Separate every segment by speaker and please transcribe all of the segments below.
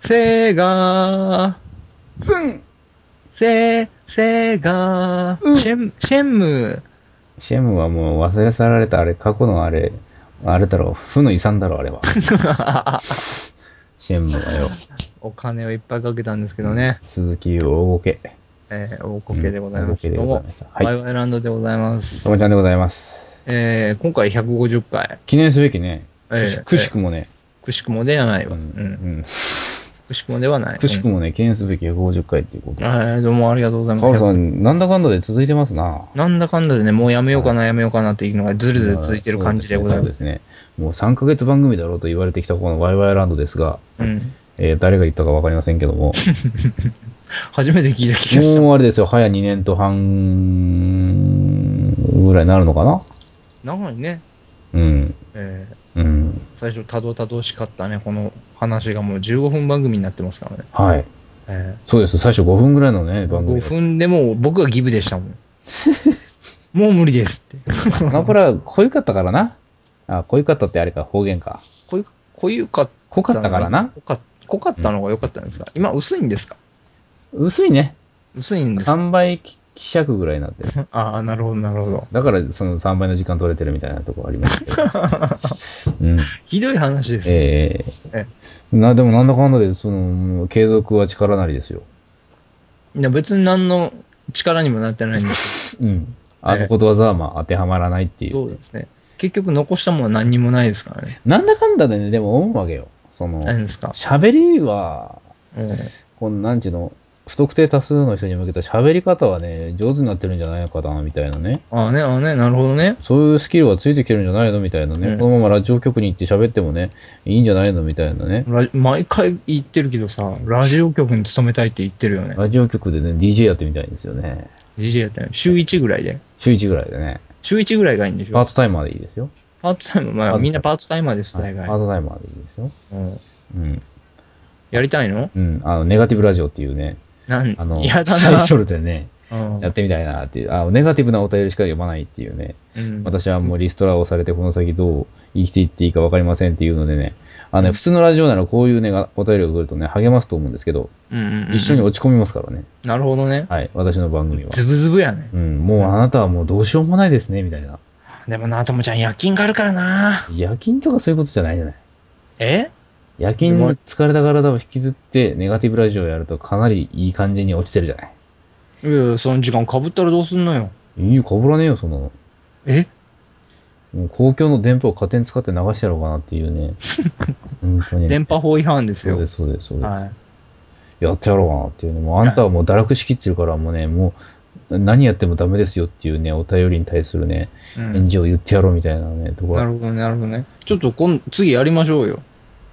Speaker 1: せが
Speaker 2: ふん。
Speaker 1: せ、せが
Speaker 2: うん
Speaker 1: シェン、シェンム
Speaker 3: シェムはもう忘れ去られたあれ、過去のあれ、あれだろう、負の遺産だろ、あれは。シェムはよ、
Speaker 1: お金をいっぱいかけたんですけどね。
Speaker 3: 鈴木優大ごけ。
Speaker 1: えー、大こけでございます。
Speaker 3: うん
Speaker 1: どう
Speaker 3: 大
Speaker 1: も
Speaker 3: こけでございました、はい
Speaker 1: ワイワイランドでございます。
Speaker 3: ともちゃんでございます。
Speaker 1: えー、今回150回。
Speaker 3: 記念すべきね、
Speaker 1: ええ
Speaker 3: くしくしくもね、
Speaker 1: くしくもではないわ。う
Speaker 3: うん
Speaker 1: ん。
Speaker 3: うん
Speaker 1: くしくもではない。
Speaker 3: くしく
Speaker 1: も。
Speaker 3: もね、記念すべき150回っていうこと
Speaker 1: え。ー、どうもありがとうござい
Speaker 3: カオ
Speaker 1: ま
Speaker 3: ル
Speaker 1: す。
Speaker 3: さん、なんだかんだで続いてますな。
Speaker 1: なんだかんだでね、もうやめようかな、やめようかなっていうのがずるずる続いてる感じでござい
Speaker 3: そう
Speaker 1: ま。
Speaker 3: ですすね。もう3ヶ月番組だろうと言われてきたこのワイワイランドですが、
Speaker 1: うん。
Speaker 3: えー誰が言ったかわかりませんけど も、
Speaker 1: 初めて聞いた気がした。
Speaker 3: もうあれですよ、早2年と半ぐらいになるのかな
Speaker 1: 長いね。
Speaker 3: うん。
Speaker 1: えー、
Speaker 3: うん。
Speaker 1: 最初、たどたどしかったね、この話がもう15分番組になってますからね。
Speaker 3: はい。
Speaker 1: え
Speaker 3: そうです。最初5分ぐらいのね、
Speaker 1: ー、
Speaker 3: 番組
Speaker 1: 5
Speaker 3: で。
Speaker 1: 分でもう僕がギブでしたも ん。もう無理ですって。
Speaker 3: あの頃は濃いかったからな。あ、濃いかったってあれか、方言か。
Speaker 1: こういう、こういうかった
Speaker 3: 濃かったからな。
Speaker 1: 濃か濃かったのが良かったんですか、今薄いんですか
Speaker 3: 薄いね。
Speaker 1: 薄いんですか
Speaker 3: 3倍き希釈ぐらいになってる。
Speaker 1: ああ、なるほど、なるほど。
Speaker 3: だから、その3倍の時間取れてるみたいなとこあります けど。うん。
Speaker 1: ひどい話ですね。
Speaker 3: え
Speaker 1: え
Speaker 3: えな、でもなんだかんだで、その、もう継続は力なりですよ。
Speaker 1: いや別に何の力にもなってないんです
Speaker 3: うん。あのことわざはまあ当てはまらないってい
Speaker 1: け
Speaker 3: う。
Speaker 1: ど、そうですね。結局残したものは何にもないですからね。
Speaker 3: なんだかんだでね、でも思うわけよ。その、
Speaker 1: 何ですか、
Speaker 3: 喋りは、
Speaker 1: ええ
Speaker 3: この、なんちゅうの、不特定多数の人に向けた喋り方はね、上手になってるんじゃないのかな、みたいなね。
Speaker 1: ああね、ああね、なるほどね。
Speaker 3: そういうスキルはついてきてるんじゃないのみたいなね。
Speaker 1: うん
Speaker 3: このままラジオ局に行って喋ってもね、いいんじゃないのみたいなね。
Speaker 1: ラジ毎回言ってるけどさ、ラジオ局に勤めたいって言ってるよね。
Speaker 3: ラジオ局でね、DJ やってみたいんですよね。
Speaker 1: DJ やったら週1ぐらいで。
Speaker 3: 週1ぐらいでね。
Speaker 1: 週1ぐらいがいいんでし
Speaker 3: パー
Speaker 1: ょ
Speaker 3: トタイマーでいいですよ。
Speaker 1: パートタイム、ま
Speaker 3: パートタイ
Speaker 1: あ
Speaker 3: ム
Speaker 1: みんなパートタイマーです、
Speaker 3: は
Speaker 1: 大
Speaker 3: いパ
Speaker 1: 概。
Speaker 3: ートタイマーでいいですよ。
Speaker 1: うん
Speaker 3: うん。
Speaker 1: やりたいの
Speaker 3: うん。あの、ネガティブラジオっていうね、
Speaker 1: なん
Speaker 3: あの、
Speaker 1: やだ
Speaker 3: タイ
Speaker 1: な。
Speaker 3: トルでね、
Speaker 1: うん
Speaker 3: やってみたいなっていう、あのネガティブなお便りしか読まないっていうね。
Speaker 1: うん
Speaker 3: 私はもうリストラをされてこの先どう生きていっていいか分かりませんっていうのでね、あのね、普通のラジオならこういうね、がお便りが来るとね、励ますと思うんですけど、
Speaker 1: うんうんうん
Speaker 3: 一緒に落ち込みますからね。
Speaker 1: なるほどね。
Speaker 3: はい、私の番組は。
Speaker 1: ズブズブやね
Speaker 3: う。ん、もうあなたはもうどうしようもないですね、みたいな。
Speaker 1: でもな、ともちゃん夜勤があるからな。
Speaker 3: 夜勤とかそういうことじゃないじゃない。
Speaker 1: え
Speaker 3: 夜勤の疲れた体を引きずって、ネガティブラジオをやるとかなりいい感じに落ちてるじゃない。
Speaker 1: いやいや、その時間かぶったらどうすんのよ。
Speaker 3: いいよ、かぶらねえよ、そんなの。
Speaker 1: え
Speaker 3: もう公共の電波を勝手に使って流してやろうかなってい うね。本当に。
Speaker 1: 電波法違反です
Speaker 3: そう
Speaker 1: よ
Speaker 3: で。す、そうです、そうです。
Speaker 1: はい。
Speaker 3: やってやろうかなっていうね。もうあんたはもう堕落しきってるからもうね、もう何やってもダメですよっていうね、お便りに対するね、
Speaker 1: うん
Speaker 3: 返事を言ってやろうみたいなね、とこ
Speaker 1: な
Speaker 3: ろ。
Speaker 1: るほどね、なるほどね。ちょっと今、次やりましょうよ。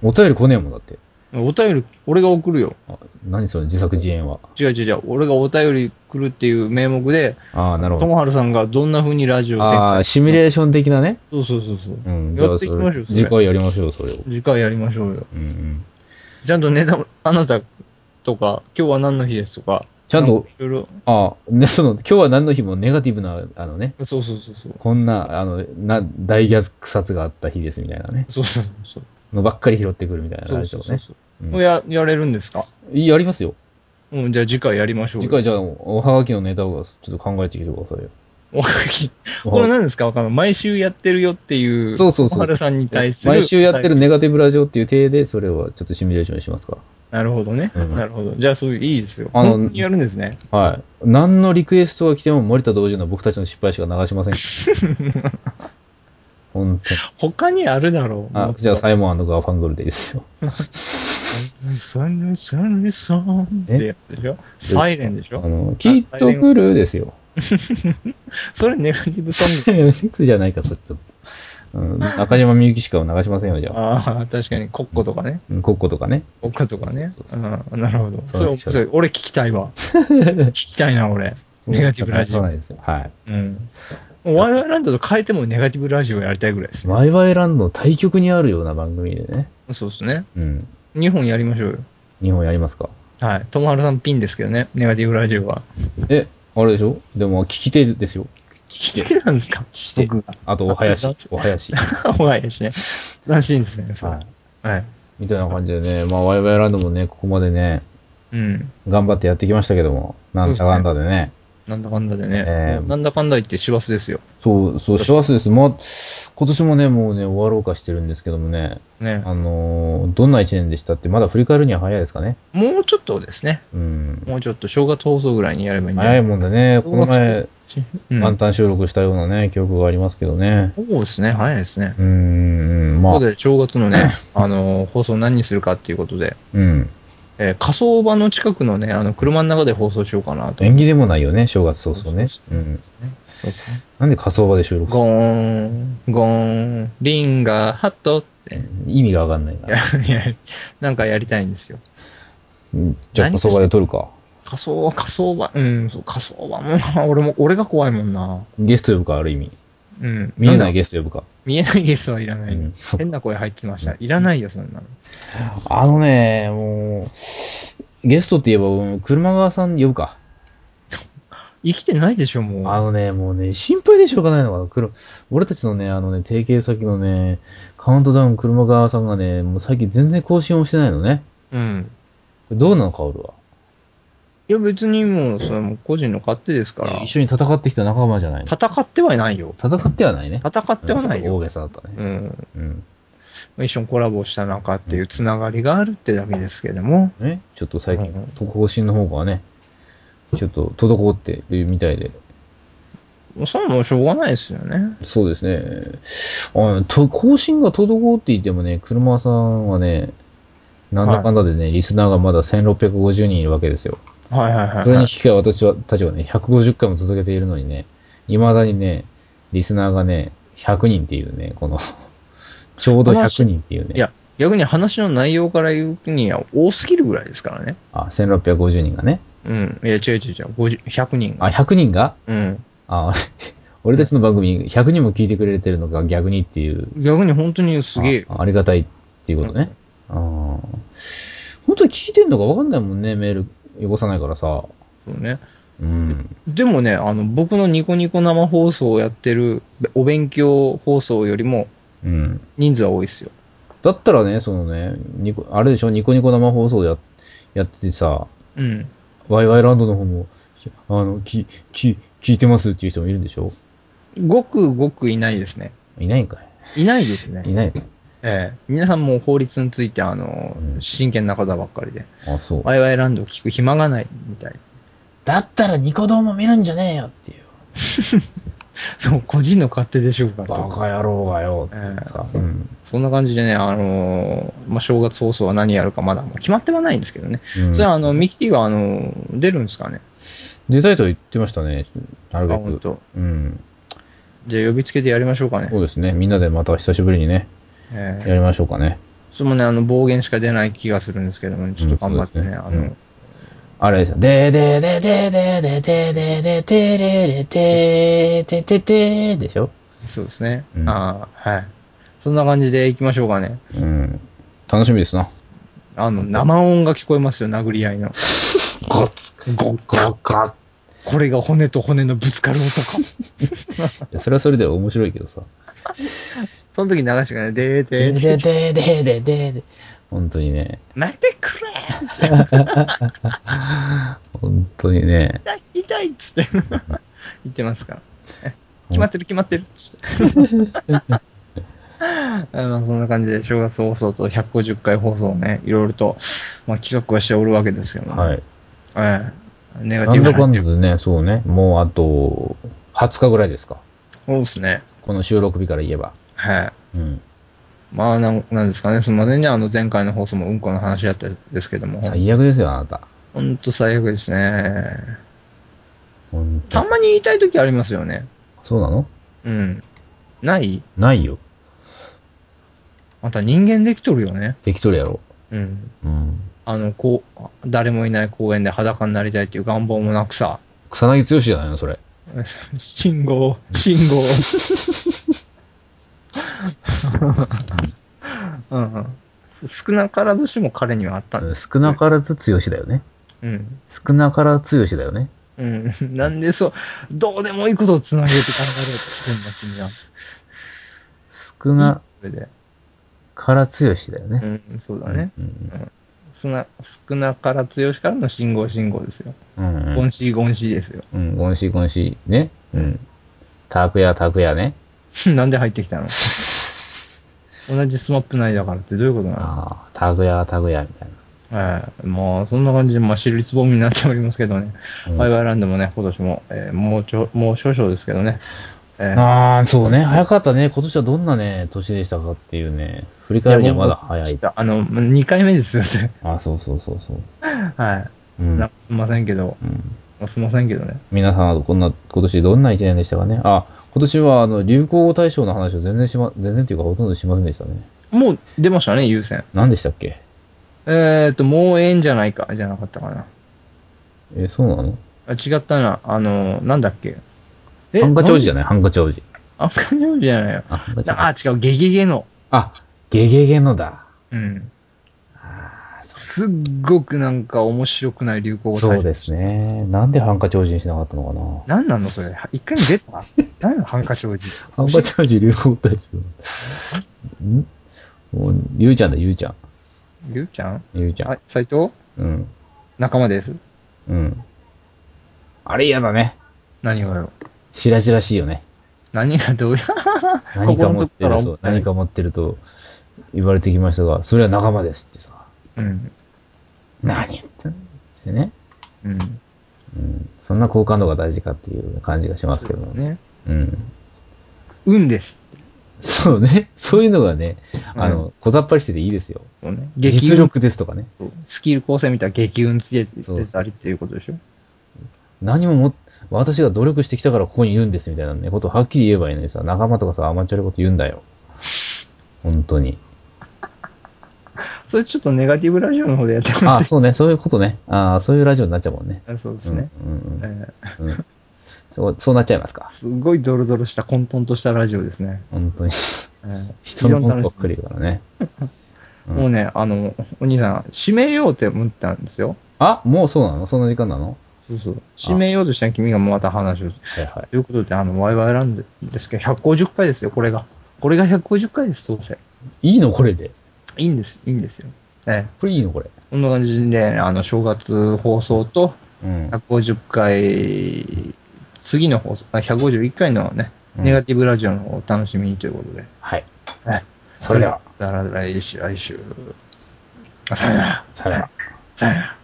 Speaker 3: お便り来ねえもんだって。
Speaker 1: お便り、俺が送るよ。
Speaker 3: あ何その自作自演は。
Speaker 1: 違う違う違う。俺がお便り来るっていう名目で、
Speaker 3: ああ、なるほ
Speaker 1: と
Speaker 3: ど。
Speaker 1: もはるさんがどんな風にラジオで。
Speaker 3: ああ、シミュレーション的なね。
Speaker 1: そうそうそうそう。
Speaker 3: うん。
Speaker 1: やっていきましょう、そ
Speaker 3: 次
Speaker 1: れ。
Speaker 3: 回やりましょう、それを。
Speaker 1: 次回やりましょうよ。
Speaker 3: うんうん。
Speaker 1: ちゃんとネタも、あなたとか、今日は何の日ですとか。
Speaker 3: ちゃんと、
Speaker 1: いろいろ。
Speaker 3: ああ、ね、その、今日は何の日もネガティブな、あのね、
Speaker 1: そうそうそうそう。
Speaker 3: こんな、あの、な、大虐殺があった日ですみたいなね。
Speaker 1: そうそうそう。
Speaker 3: のばっかり拾ってくるみたいな
Speaker 1: そ
Speaker 3: ラ
Speaker 1: う
Speaker 3: ジ
Speaker 1: そ
Speaker 3: オ
Speaker 1: うそう
Speaker 3: ね。
Speaker 1: そう
Speaker 3: うん
Speaker 1: もうや、やれるんですか
Speaker 3: いいやりますよ。
Speaker 1: うん、じゃあ次回やりましょうよ。
Speaker 3: 次回じゃあ、おはがきのネタをちょっと考えてきてくださいよ。
Speaker 1: おはがき。
Speaker 3: お
Speaker 1: これ
Speaker 3: はが
Speaker 1: 何ですかわかんない。毎週やってるよっていう。
Speaker 3: そうそうそう
Speaker 1: おはるさんに対する。
Speaker 3: 毎週やってる。ネガティブラジオっていう体で、それをちょっとシミュレーションしますか
Speaker 1: なるほどね。
Speaker 3: うん
Speaker 1: なるほど。じゃあそういう、いいですよ。
Speaker 3: あの
Speaker 1: 本当にやるんですね。
Speaker 3: ら。はい。何のリクエストが来ても森田同時の僕たちの失敗しか流しませんから。本当に
Speaker 1: 他にあるだろう。も
Speaker 3: あ
Speaker 1: っ、と
Speaker 3: じゃあ、サイモンガーファングルでいいですよ。
Speaker 1: サンリサンリサンってやつでしょサイレンでし
Speaker 3: あ
Speaker 1: ょ
Speaker 3: の、きっと来るですよ。
Speaker 1: それネガティブソング。
Speaker 3: じゃないか、それちょっと。うん、中島みゆきしか流しませんよ、じゃあ。
Speaker 1: ああ、確かに、コッコとかね。
Speaker 3: うんコッコとかね。
Speaker 1: コッコとかね。
Speaker 3: そうそうそ
Speaker 1: うん、なるほど。
Speaker 3: そう
Speaker 1: それ、それ俺聞きたい わ。聞きたいな、俺。ネガティブラジ
Speaker 3: 流さ
Speaker 1: オ
Speaker 3: な。いですよ。はい。
Speaker 1: うん。もうワイワイランドと変えてもネガティブラジオやりたいぐらいですね。
Speaker 3: ワイワイランドの対局にあるような番組でね。
Speaker 1: そうですね。
Speaker 3: うん。
Speaker 1: 2本やりましょうよ。
Speaker 3: 日本やりますか
Speaker 1: はい。ともはるさんピンですけどね。ネガティブラジオは。
Speaker 3: え、あれでしょでも、聞き手ですよ。
Speaker 1: 聞けるんですか
Speaker 3: 聞き手
Speaker 1: 僕が。
Speaker 3: あと、おはやし、おはやし。
Speaker 1: お前ですね。らしいんですね、それ
Speaker 3: はい。
Speaker 1: はい。
Speaker 3: みたいな感じでね、まあ、ワイワイランドもね、ここまでね、
Speaker 1: うん。
Speaker 3: 頑張ってやってきましたけども、なんだかんだでね。
Speaker 1: なんだかんだでね。
Speaker 3: えー
Speaker 1: なんだかんだ言って師走ですよ。
Speaker 3: そう、そう、幸せです。まあ、今年もね、もうね、終わろうかしてるんですけどもね、
Speaker 1: ね。
Speaker 3: あのーどんな一年でしたって、まだ振り返るには早いですかね。
Speaker 1: もうちょっとですね。
Speaker 3: うん。
Speaker 1: もうちょっと正月放送ぐらいにやればいいんじゃな
Speaker 3: 早
Speaker 1: い
Speaker 3: いもんだね。この前、
Speaker 1: うん、
Speaker 3: 満タン収録したようなね、記憶がありますけどね。
Speaker 1: そうですね、早いですね。
Speaker 3: うーん、ま
Speaker 1: こ
Speaker 3: あ
Speaker 1: こ、で正月のね、 あの、放送何にするかっていうことで、
Speaker 3: うん。
Speaker 1: えー火葬場の近くのね、あの、車の中で放送しようかなと。
Speaker 3: 縁起でもないよね、正月早々ね。うん。
Speaker 1: そうですね
Speaker 3: なんで仮想場で収録する
Speaker 1: ゴーン、ゴーン、リンガー、ハット って、
Speaker 3: 意味がわかんないな。
Speaker 1: いやなんかやりたいんですよ。
Speaker 3: うんじゃあ仮想場で撮るか。
Speaker 1: 火葬は火葬場、うん、そう、火葬場も な、俺も、俺が怖いもんな。
Speaker 3: ゲスト呼ぶか、ある意味。
Speaker 1: うん。
Speaker 3: 見えなんい
Speaker 1: だ
Speaker 3: ゲスト呼ぶか。
Speaker 1: 見えないゲストはいら
Speaker 3: う
Speaker 1: ない。
Speaker 3: ん。
Speaker 1: 変な声入ってました。いらないよ、そんなの。
Speaker 3: あのね、もう、ゲストって言えば、うん車川さん呼ぶか。
Speaker 1: 生きてないでしょ、もう。
Speaker 3: あのね、もうね、心配でしょうがないのが、車、俺たちのね、あのね、提携先のね、カウントダウン車川さんがね、もう最近全然更新をしてないのね。
Speaker 1: うん。
Speaker 3: どうなのか、俺は。
Speaker 1: いや、別にもう、それはもう個人の勝手ですから
Speaker 3: 一、緒に戦ってきた仲間じゃないの。
Speaker 1: 戦ってはいないよ。
Speaker 3: 戦ってはないね。
Speaker 1: 戦ってはない
Speaker 3: うん
Speaker 1: よ。
Speaker 3: 大げさだったね。
Speaker 1: うん。
Speaker 3: うん。
Speaker 1: 一緒にコラボした仲っていうつながりがあるってだけですけども。
Speaker 3: ね、ちょっと最近
Speaker 1: うん、
Speaker 3: 更新の方がね、ちょっと滞ってるみたいで。
Speaker 1: そんなのしょうがないですよね。
Speaker 3: そうですね。あのと更新が滞っていてもね、車さんはね、なんだかんだでね、リスナーがまだ1650人いるわけですよ。
Speaker 1: はいはいはい、
Speaker 3: それに
Speaker 1: は
Speaker 3: 引
Speaker 1: い。
Speaker 3: き換え私はたちはね、150回も続けているのにね、未だにね、リスナーがね、100人っていうね、この、ちょうど100人っていうね。
Speaker 1: いや、逆に話の内容から言うには多すぎるぐらいですからね。
Speaker 3: あ、1650人がね。
Speaker 1: うん。いや、違う違う違う。50 100人
Speaker 3: あ、
Speaker 1: が。
Speaker 3: 100人が
Speaker 1: うん。
Speaker 3: あ、俺たちの番組100人も聞いてくれてるのか逆にっていう。
Speaker 1: 逆に本当にすげえ。
Speaker 3: あ。ありがたいっていうことね。ああー本当に聞いてんのかわかんないもんね、メールよこさないからさ。
Speaker 1: そうね。
Speaker 3: うん。
Speaker 1: でもね、あの、僕のニコニコ生放送をやってるお勉強放送よりも
Speaker 3: うん。
Speaker 1: 人数は多いですよ。
Speaker 3: だったらね、そのね、ニコあれでしょ、ニコニコ生放送ややっててさ、
Speaker 1: うん。
Speaker 3: ワイワイランドの方も、きあの、き、き、聞いてますっていう人もいるんでしょ
Speaker 1: ごくごくいないですね。
Speaker 3: いないんか
Speaker 1: いないですね
Speaker 3: い。い。ないの
Speaker 1: ええ。皆さんもう法律について、あの
Speaker 3: う、ん
Speaker 1: 真剣な方ばっかりで、
Speaker 3: あ、そう。
Speaker 1: ワイワイランドを聞く暇がないみたい。
Speaker 3: だったらニコ動も見るんじゃねえよっていう。
Speaker 1: そう、個人の勝手でしょうか
Speaker 3: バ
Speaker 1: と。
Speaker 3: カ野郎がよ
Speaker 1: ええ
Speaker 3: さ、うん。
Speaker 1: そんな感じでね、あのーまあ、正月放送は何やるかまだ決まってはないんですけどね。
Speaker 3: うん
Speaker 1: それはあの、ミキティはあのー出るんですかね。
Speaker 3: 出たいと言ってましたね、なる
Speaker 1: あ、
Speaker 3: べ
Speaker 1: 本
Speaker 3: く。
Speaker 1: 当。
Speaker 3: うん。
Speaker 1: じゃあ呼びつけてやりましょうかね
Speaker 3: そ。うですね。みんなでまた久しぶりにね、
Speaker 1: ええ
Speaker 3: やりましょうかね。
Speaker 1: それもね、あの、暴言しか出ない気がするんですけども、ね、ちょっと頑張ってね、
Speaker 3: うん
Speaker 1: あ
Speaker 3: そうですね
Speaker 1: の、
Speaker 3: あれですよ。ででででででででででれれててててでしょ
Speaker 1: そうですね。
Speaker 3: うん
Speaker 1: ああ、はい。そんな感じで行きましょうかね。
Speaker 3: うん。楽しみですな。
Speaker 1: あの、生音が聞こえますよ、殴り合いの。
Speaker 3: ゴッゴッゴッゴッ
Speaker 1: これが骨と骨のぶつかる音か。
Speaker 3: いやそれはそれで面白いけどさ。
Speaker 1: その時流してからね、でーでーで
Speaker 3: で
Speaker 1: ー、
Speaker 3: ででででで本当にね。
Speaker 1: 待ってくれ
Speaker 3: 本当にね。
Speaker 1: 痛い痛いっつって 言ってますから。決まってる決まってるっつって。 あのそんな感じで正月放送と150回放送をね、いろいろと、まあ、企画はしておるわけですけども、
Speaker 3: はい。
Speaker 1: ええネガ
Speaker 3: な
Speaker 1: ティ
Speaker 3: ん
Speaker 1: ブ
Speaker 3: だかん
Speaker 1: な
Speaker 3: だでね、そうね。もうあと、20日ぐらいですか。
Speaker 1: そうですね。
Speaker 3: この収録日から言えば。
Speaker 1: はい。
Speaker 3: うん。
Speaker 1: まあなん、なんですかね、すみませんね、あの前回の放送もうんこの話だったんですけども、
Speaker 3: 最悪ですよ、あなた。
Speaker 1: ほんと最悪ですね。
Speaker 3: 本当
Speaker 1: たまに言いたい時ありますよね。
Speaker 3: そうなの
Speaker 1: うん。ない
Speaker 3: ないよ。
Speaker 1: また人間できとるよね。
Speaker 3: 適当やろ。
Speaker 1: うん。
Speaker 3: うん。
Speaker 1: あの、こう、誰もいない公園で裸になりたいっていう願望もなくさ、
Speaker 3: 草薙剛じゃないのそれ。
Speaker 1: 信号、信号。うんうん、少なからずしも彼にはあったんです。
Speaker 3: 少なからず剛だよね。
Speaker 1: うん。
Speaker 3: 少なからず剛だよね。
Speaker 1: うん。 なんでそう、どうでもいいことをつなげて考えるとんだ、君は。
Speaker 3: 少な
Speaker 1: それで。
Speaker 3: から強しだよね。
Speaker 1: うん、そうだね。
Speaker 3: うん。
Speaker 1: 少な、少なから強しからの信号信号ですよ。
Speaker 3: うん。
Speaker 1: ゴンシーゴンシーですよ。
Speaker 3: うん、ゴンシーゴンシーね。うん。タクヤタクヤね。
Speaker 1: なんで入ってき たの同じスマップ内だからってどういうことなの
Speaker 3: ああ、タクヤタクヤみたい
Speaker 1: ええまあ、そんな感じで、まあ、尻つぼみになっておりますけどね。
Speaker 3: うん
Speaker 1: ワイワイランドもね、今年も、えーもうちょ、もう少々ですけどね。ええ
Speaker 3: な。ああ、そうね。早かったね。今年はどんなね、年でしたかっていうね。振り返るにはまだ早い。。
Speaker 1: あの、2回目ですよ、それ。
Speaker 3: ああ、そうそうそうそう。
Speaker 1: はい。
Speaker 3: うん。う
Speaker 1: なん
Speaker 3: ん
Speaker 1: かすいませんけど、すいませんけどね。
Speaker 3: 皆さんはこんな、今年どんな一年でしたかね。あ、今年はあの、流行語大賞の話を全然しま、全然っていうかほとんどしませんでしたね。
Speaker 1: もう出ましたね、優先。
Speaker 3: 何でしたっけ
Speaker 1: えっ、と、もうええんじゃないか、じゃなかったかな。
Speaker 3: えーそうなの
Speaker 1: あ違ったな、あの、なんだっけ。え
Speaker 3: ハンカチ王子
Speaker 1: じ
Speaker 3: じゃないハンカチ王子。
Speaker 1: ゃん。ハンカチ王子じゃないよ。
Speaker 3: あ、ハンカチ王子
Speaker 1: あ、違う、ゲゲゲの。
Speaker 3: あ、ゲゲゲのだ。
Speaker 1: うん。
Speaker 3: ああ、そ
Speaker 1: すっごくなんか面白くない流行語
Speaker 3: う
Speaker 1: 大賞
Speaker 3: そうですね。なんでハンカチ王子にしなかったのかな
Speaker 1: 何なのそれ。一回に出た何なのハンカチ王子。
Speaker 3: ハンカチ王子流行大賞。んもう、ゆうちゃんだ、ゆうちゃん。
Speaker 1: ゆうちゃん
Speaker 3: ゆうちゃ
Speaker 1: あ
Speaker 3: ん。、
Speaker 1: 斎藤
Speaker 3: うん。
Speaker 1: 仲間です。
Speaker 3: うん。あれ嫌だね。
Speaker 1: 何がよ。
Speaker 3: しらじらしいよね。
Speaker 1: 何がどう や
Speaker 3: 何か持って
Speaker 1: 心
Speaker 3: る
Speaker 1: の底
Speaker 3: と、
Speaker 1: から
Speaker 3: 何か持ってると言われてきましたが、それは仲間ですってさ。
Speaker 1: うん。
Speaker 3: 何言ってんのってね。
Speaker 1: うん。
Speaker 3: うん。そんな好感度が大事かっていう感じがしますけどもね。
Speaker 1: ね。
Speaker 3: うん。
Speaker 1: 運です。
Speaker 3: そうね。そういうのがね、
Speaker 1: うん
Speaker 3: あの、小ざっぱりしてていいですよ。
Speaker 1: そうね。激
Speaker 3: 実
Speaker 1: 運。
Speaker 3: 力ですとかね。
Speaker 1: スキル構成見たら激運つけ
Speaker 3: そう
Speaker 1: てたりっていうことでしょ。
Speaker 3: 何もも、私が努力してきたからここにいるんですみたいなね、ことをはっきり言えばいいのにさ、仲間とかさ、アマチュアのこと言うんだよ。本 当に。
Speaker 1: それちょっとネガティブラジオの方でやってもらっ
Speaker 3: あ、
Speaker 1: て。
Speaker 3: そうね。そういうことね。ああ、そういうラジオになっちゃうもんね。
Speaker 1: あそうですね。
Speaker 3: うんうんうん
Speaker 1: えー
Speaker 3: うん。そう、そうなっちゃいますか。
Speaker 1: すごいドロドロした混沌としたラジオですね。
Speaker 3: 本 当に。
Speaker 1: えー
Speaker 3: 人のことばっ
Speaker 1: 非
Speaker 3: かりだからね。
Speaker 1: 常に楽しみもうね、あの、お兄さん、締めようって思ったんですよ。
Speaker 3: あ、もうそうなのそんな時間なの
Speaker 1: そうそう。締めようとしたら君がまた話を。
Speaker 3: はいはい。
Speaker 1: ということで、あの、ワイワイランドですけど、150回ですよ、これが。これが150回です、当選。
Speaker 3: いいのこれで。
Speaker 1: いいんです、いいんですよ。ええ、
Speaker 3: これいいのこれ。
Speaker 1: こんな感じで、あの、正月放送と、
Speaker 3: うん。
Speaker 1: 150回、次の放送、あ151回のね、
Speaker 3: うん
Speaker 1: ネガティブラジオの方をお楽しみにということで。
Speaker 3: はい。
Speaker 1: はい。
Speaker 3: それでは、
Speaker 1: だから来週、来週。さよなら。
Speaker 3: さよなら。
Speaker 1: さよなら。